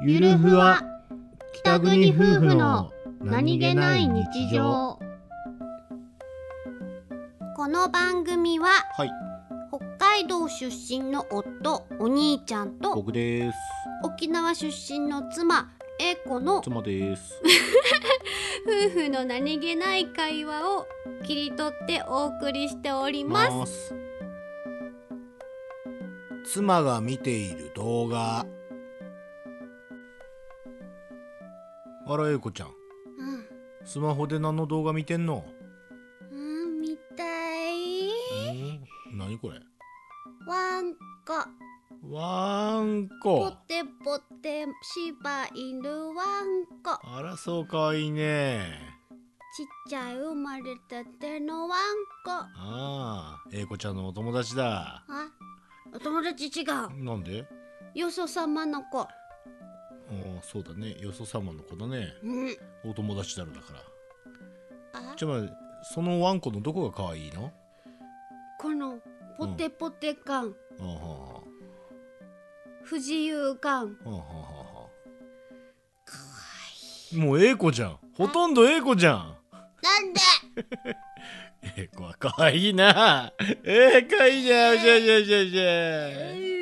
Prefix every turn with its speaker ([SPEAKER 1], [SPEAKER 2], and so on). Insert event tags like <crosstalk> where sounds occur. [SPEAKER 1] ゆるふわ北国夫婦の
[SPEAKER 2] この番組は
[SPEAKER 1] はい
[SPEAKER 2] 北海道出身の夫お兄ちゃんと
[SPEAKER 1] 僕です
[SPEAKER 2] 沖縄出身の妻英子の夫
[SPEAKER 1] 妻です
[SPEAKER 2] 婦の何気ない会話を切り取ってお送りしております
[SPEAKER 1] す妻が見ている動画あらゆうこちゃんスマホで何の動画見てんの
[SPEAKER 2] うん、うん、見たい
[SPEAKER 1] 何これ
[SPEAKER 2] わんこ
[SPEAKER 1] わーん
[SPEAKER 2] ポ
[SPEAKER 1] こ
[SPEAKER 2] テポテ芝いるわんこ
[SPEAKER 1] あらそうかわいいね
[SPEAKER 2] ちっちゃい生まれたてのわんこ
[SPEAKER 1] ああ、英子ちゃんのお友達だ
[SPEAKER 2] あお友達違う
[SPEAKER 1] なんで
[SPEAKER 2] よそ様の子
[SPEAKER 1] ああそうだねよそ様の子だね
[SPEAKER 2] うん
[SPEAKER 1] お友達だろだから
[SPEAKER 2] あ
[SPEAKER 1] じゃあまあそのワンコのどこが可愛いの
[SPEAKER 2] このポテポテ感、
[SPEAKER 1] ああは
[SPEAKER 2] 不自由感
[SPEAKER 1] あはあはあはあはあもう英子じゃんほとんど英子じゃん
[SPEAKER 2] なんで
[SPEAKER 1] <laughs> 英子は可愛いなええ可愛いじゃんおしゃおしゃおしゃおしゃ